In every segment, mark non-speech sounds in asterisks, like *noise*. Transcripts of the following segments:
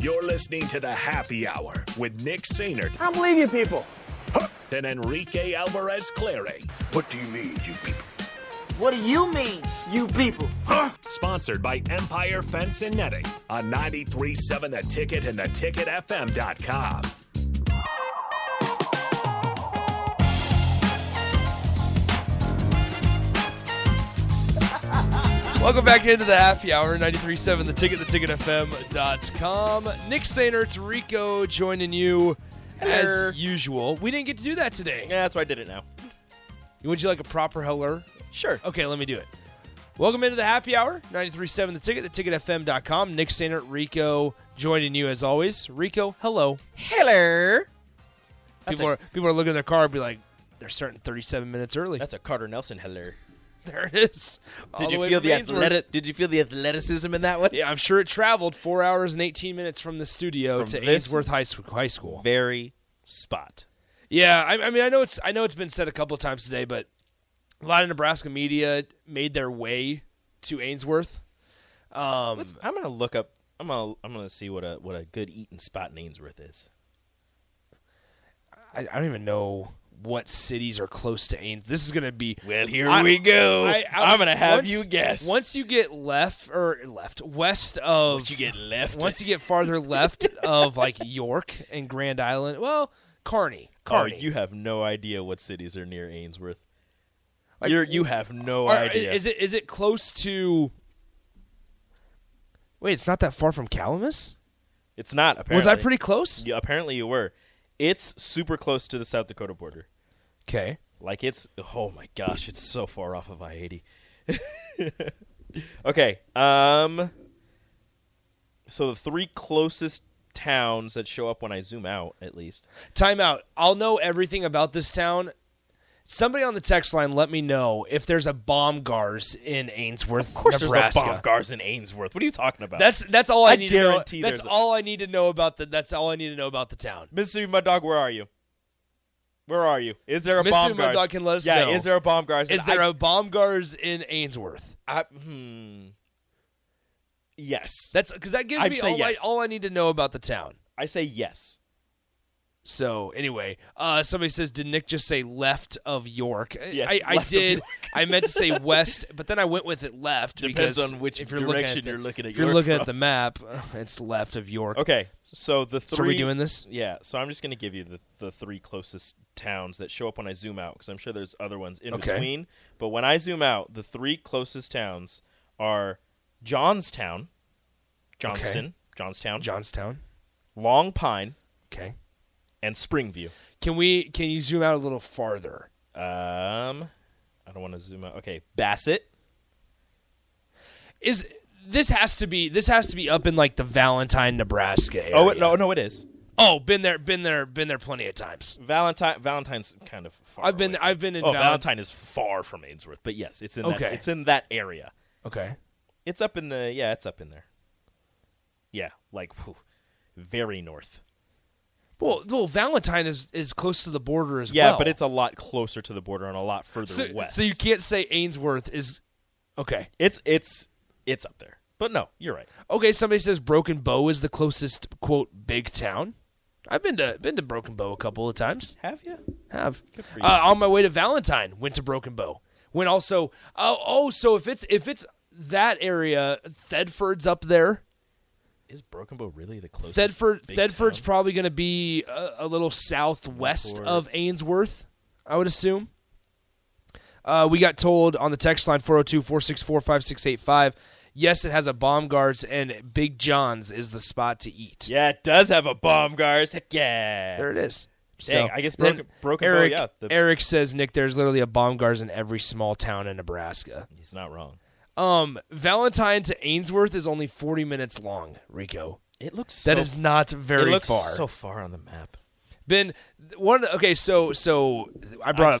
You're listening to the Happy Hour with Nick Sainert I don't believe you people. and Enrique Alvarez Clary, What do you mean, you people? What do you mean, you people? sponsored by Empire Fence and Netting on 937 The Ticket and theticketfm.com. Welcome back into the happy hour, 93.7, the ticket, theticketfm.com. Nick Sainert, Rico joining you Hello. as usual. We didn't get to do that today. Yeah, that's why I did it now. Would you like a proper heller? Sure. Okay, let me do it. Welcome into the happy hour, 93.7, the ticket, theticketfm.com. Nick Sainert, Rico joining you as always. Rico, hello. Hello. That's People a- are, people are looking at their car and be like, they're starting 37 minutes early. That's a Carter Nelson hello. there it is. *laughs* All Did you way feel from the Ainsworth. athletic? Did you feel the athleticism in that one? Yeah, I'm sure it traveled four hours and 18 minutes from the studio From to this- Ainsworth High School. High school. Very spot. Yeah, I, I mean, I know it's I know it's been said a couple of times today, but a lot of Nebraska media made their way to Ainsworth. Um, Let's, I'm gonna look up. I'm gonna. I'm gonna see what a what a good eating spot in Ainsworth is. I, I don't even know what cities are close to Ains. This is going to be Well, here I- we go. I, I'm gonna have once- you guess. Once you get left or left west of Once you get left. once you get farther left of like York and Grand Island, well, Carney, Oh, Carney. you have no idea what cities are near Ainsworth. You're, you have no Or idea. Is it is it close to? Wait, it's not that far from Calamus. It's not. Apparently, Was I pretty close? You, apparently, you were. It's super close to the South Dakota border. Okay. Like it's oh my gosh, it's so far off of I eighty. *laughs* okay, um, so the three closest towns that show up when I zoom out, at least. Time out. I'll know everything about this town. Somebody on the text line, let me know if there's a bomb gars in Ainsworth, Nebraska. there's a bomb guards in Ainsworth. What are you talking about? That's that's all I, I need to know. guarantee That's there's a- all I need to know about the. That's all I need to know about the town. Mississippi Mud Dog. Where are you? Where are you? Is there a Mississippi bomb Mud guard? Dog can let us yeah, know. is there a bomb guard? Is there a bomb gars in Ainsworth? I, hmm. Yes, That's because that gives I'd me say all, yes. I, all I need to know about the town. I say yes. So anyway, uh, somebody says, "Did Nick just say left of York?" I- Yes, I, I left of did. York. I meant to *laughs* say west, but then I went with it left. Depends because on which if you're looking direction at the- you're looking at If you're York looking from. at the map, uh, it's left of York. Okay, so the three. So are we doing this? Yeah, so I'm just going to give you the, the three closest towns that show up when I zoom out because I'm sure there's other ones in Okay. between. But when I zoom out, the three closest towns are Johnstown, Johnston, Johnstown, Johnstown. Long Pine, Okay. and Springview. Can we? Can you zoom out a little farther? Um, I don't want to zoom out. Okay, Bassett. Is this has to be this has to be up in like the Valentine, Nebraska area? Oh it, no, no, it is Oh, been there, been there, been there plenty of times. Valentine. Valentine's kind of. far I've been- away from- I've been in Oh, Val- Valentine is far from Ainsworth, but yes, it's in. That, Okay. it's in that area. Okay. It's up in the yeah, it's up in there. Yeah, like whew, very north. Well, well, Valentine is is close to the border as Yeah, well. but it's a lot closer to the border and a lot further so, west. so you can't say Ainsworth is okay. it's it's it's up there. But no, you're right. Okay, somebody says Broken Bow is the closest quote big town. I've been to been to Broken Bow a couple of times. Have you? Have for you. uh, on my way to Valentine went to Broken Bow. Went also oh oh so if it's if it's that area Thedford's up there. Is Broken Bow really the closest? Thedford big Thedford's town? probably going to be a, a little southwest Newport. of Ainsworth, I would assume. Uh, we got told on the text line 402-464-5685, yes, it has a Baumgart's and Big John's is the spot to eat. yeah, it does have a bomb guards. Heck yeah. There it is. Dang, I guess Broken- then Broken Bow, Eric, yeah, the- Eric says, Nick, there's literally a Baumgart's in every small town in Nebraska. He's not wrong. Um, Valentine to Ainsworth is only 40 minutes long, Rico. It looks That so, is not very it looks far. so far on the map. Ben, one. Okay, so so I brought up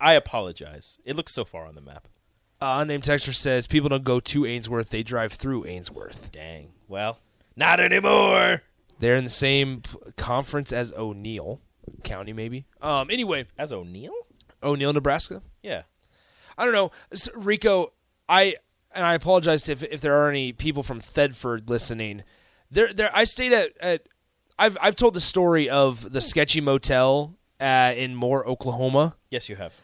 I apologize. It looks so far on the map. uh, unnamed texture says people don't go to Ainsworth; they drive through Ainsworth. Dang. Well, not anymore. They're in the same p- conference as O'Neill County, maybe. Um. Anyway, As O'Neill? O'Neill, Nebraska. Yeah. I don't know, S Rico. I and I apologize if if there are any people from Thedford listening. There, there. I stayed at at. I've I've told the story of the sketchy motel uh, in Moore, Oklahoma. Yes, you have.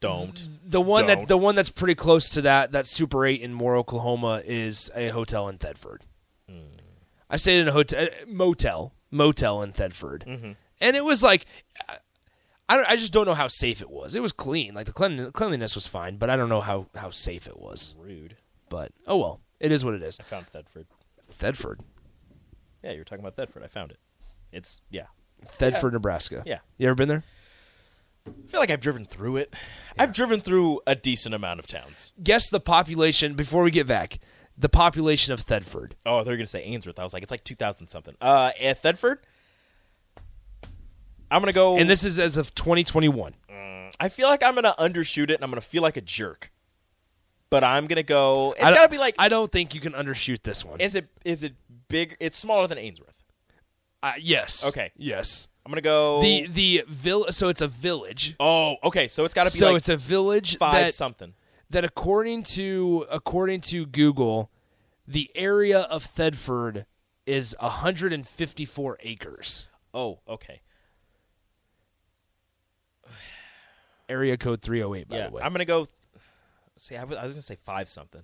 Don't. The one Don't. that the one that's pretty close to that that Super Eight in Moore, Oklahoma, is a hotel in Thedford. Hmm. I stayed in a hotel uh, motel motel in Thedford, Mm-hmm. and it was like I- I don't, I just don't know how safe it was. It was clean, like the clean, cleanliness was fine, but I don't know how how safe it was. Rude. But oh well, it is what it is. I found Thedford. Thedford, Yeah, you were talking about Thedford. I found it. It's yeah. Thedford, Nebraska. Yeah. you ever been there? I feel like I've driven through it. I've driven through a decent amount of towns. Guess the population before we get back. The population of Thedford. Oh, they're gonna say Ainsworth. I was like, it's like two thousand something. Uh, at Thedford. I'm gonna go. And this is as of 2021. I feel like I'm gonna undershoot it, and I'm gonna feel like a jerk. But I'm gonna go. It's I don't- gotta be like. I don't think you can undershoot this one. is it? Is it big? It's smaller than Ainsworth. Uh, yes. Okay. Yes. I'm gonna go. The the vill- so it's a village. oh, okay. So it's gotta be So like it's a village five that something. that according to according to Google, the area of Thedford is 154 acres. Oh, okay. Area code 308 by yeah, the way. I'm gonna go. See, I was, I was gonna say five something.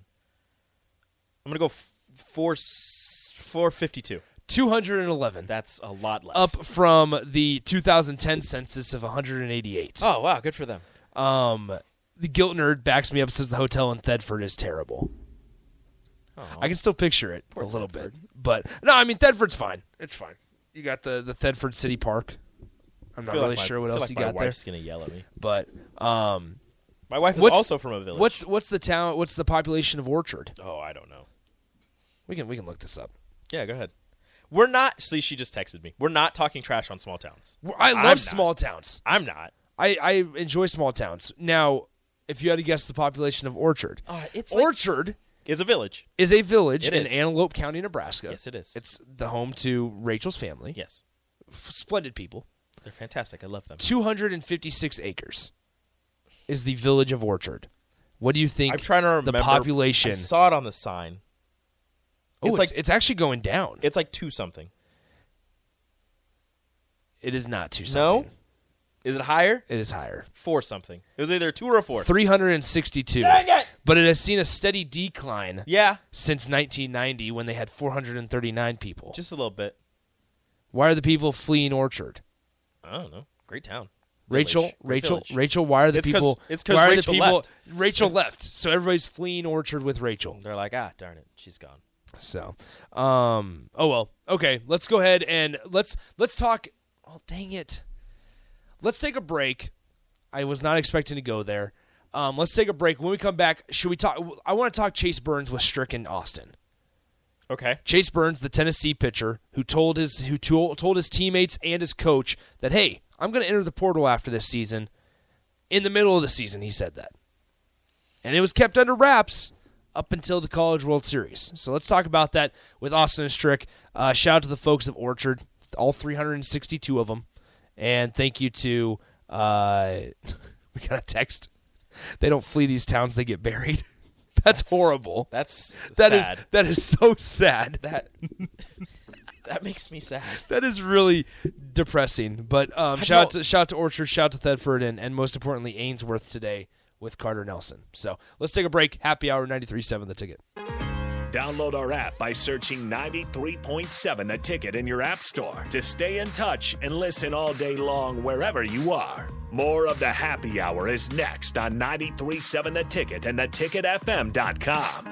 I'm gonna go f- four four fifty two. 211. That's a lot less. up from the 2010 census of 188. Oh wow, good for them. Um the guilt nerd backs me up says the hotel in Thedford is terrible. I can still picture it a little bit, but no, I mean Thedford's fine. It's fine. You got the the Thedford City Park. I'm not Feel really like my- sure what feel else like you my got there, wife's gonna yell at me. but um, My wife is What's- also from a village. what's what's the town? What's the population of Orchard? Oh, I don't know. We can we can look this up. Yeah, go ahead. We're not. See, she just texted me. We're not talking trash on small towns. I I'm love not. small towns. I'm not. I I enjoy small towns. Now, if you had to guess the population of Orchard, Uh, it's like- Orchard Is a village. is a village It in is. Antelope County, Nebraska. Yes, it is. It's the home to Rachel's family. Yes, Splendid people. they're fantastic. I love them. 256 acres is the village of Orchard. What do you think I'm trying to remember the population? I saw it on the sign. oh, it's it's, like- it's actually going down. It's like two something. It is not two No? something. Is it higher? It is higher. Four something. It was either a two or a four. 362. Dang it! But it has seen a steady decline Yeah, since 1990 when they had 439 people. just a little bit. why are the people fleeing Orchard? I don't know. Great town. Rachel, Village. Great Rachel, village. Rachel, why are the It's 'cause- people it's 'cause why are the Rachel people left. Rachel left. So everybody's fleeing Orchard with Rachel. They're like, ah, darn it, she's gone. So, um, oh well. Okay, let's go ahead and let's let's talk. Oh dang it! Let's take a break. I was not expecting to go there. Um, let's take a break. When we come back, should we talk? I want to talk Chase Burns with Stricken Austin. Okay. Chase Burns, the Tennessee pitcher, who told his who told, told his teammates and his coach that, "Hey, I'm going to enter the portal after this season." In the middle of the season, he said that, and it was kept under wraps up until the College World Series. So let's talk about that with Austin and Strick. Uh, shout out to the folks of Orchard, all 362 of them, and thank you to uh, *laughs* we got a text. They don't flee these towns; they get buried. *laughs* That's, horrible. That's That is *laughs* sad. that is so sad. that that makes me sad. that is really depressing. But um, I shout out don't- to shout out to Orchard, shout out to Thedford, and, and most importantly Ainsworth today with Carter Nelson. So let's take a break. Happy hour 93.7 the ticket. Download our app by searching 93.7 The Ticket in your app store to stay in touch and listen all day long wherever you are. More of the happy hour is next on 93.7 The Ticket and theticketfm.com.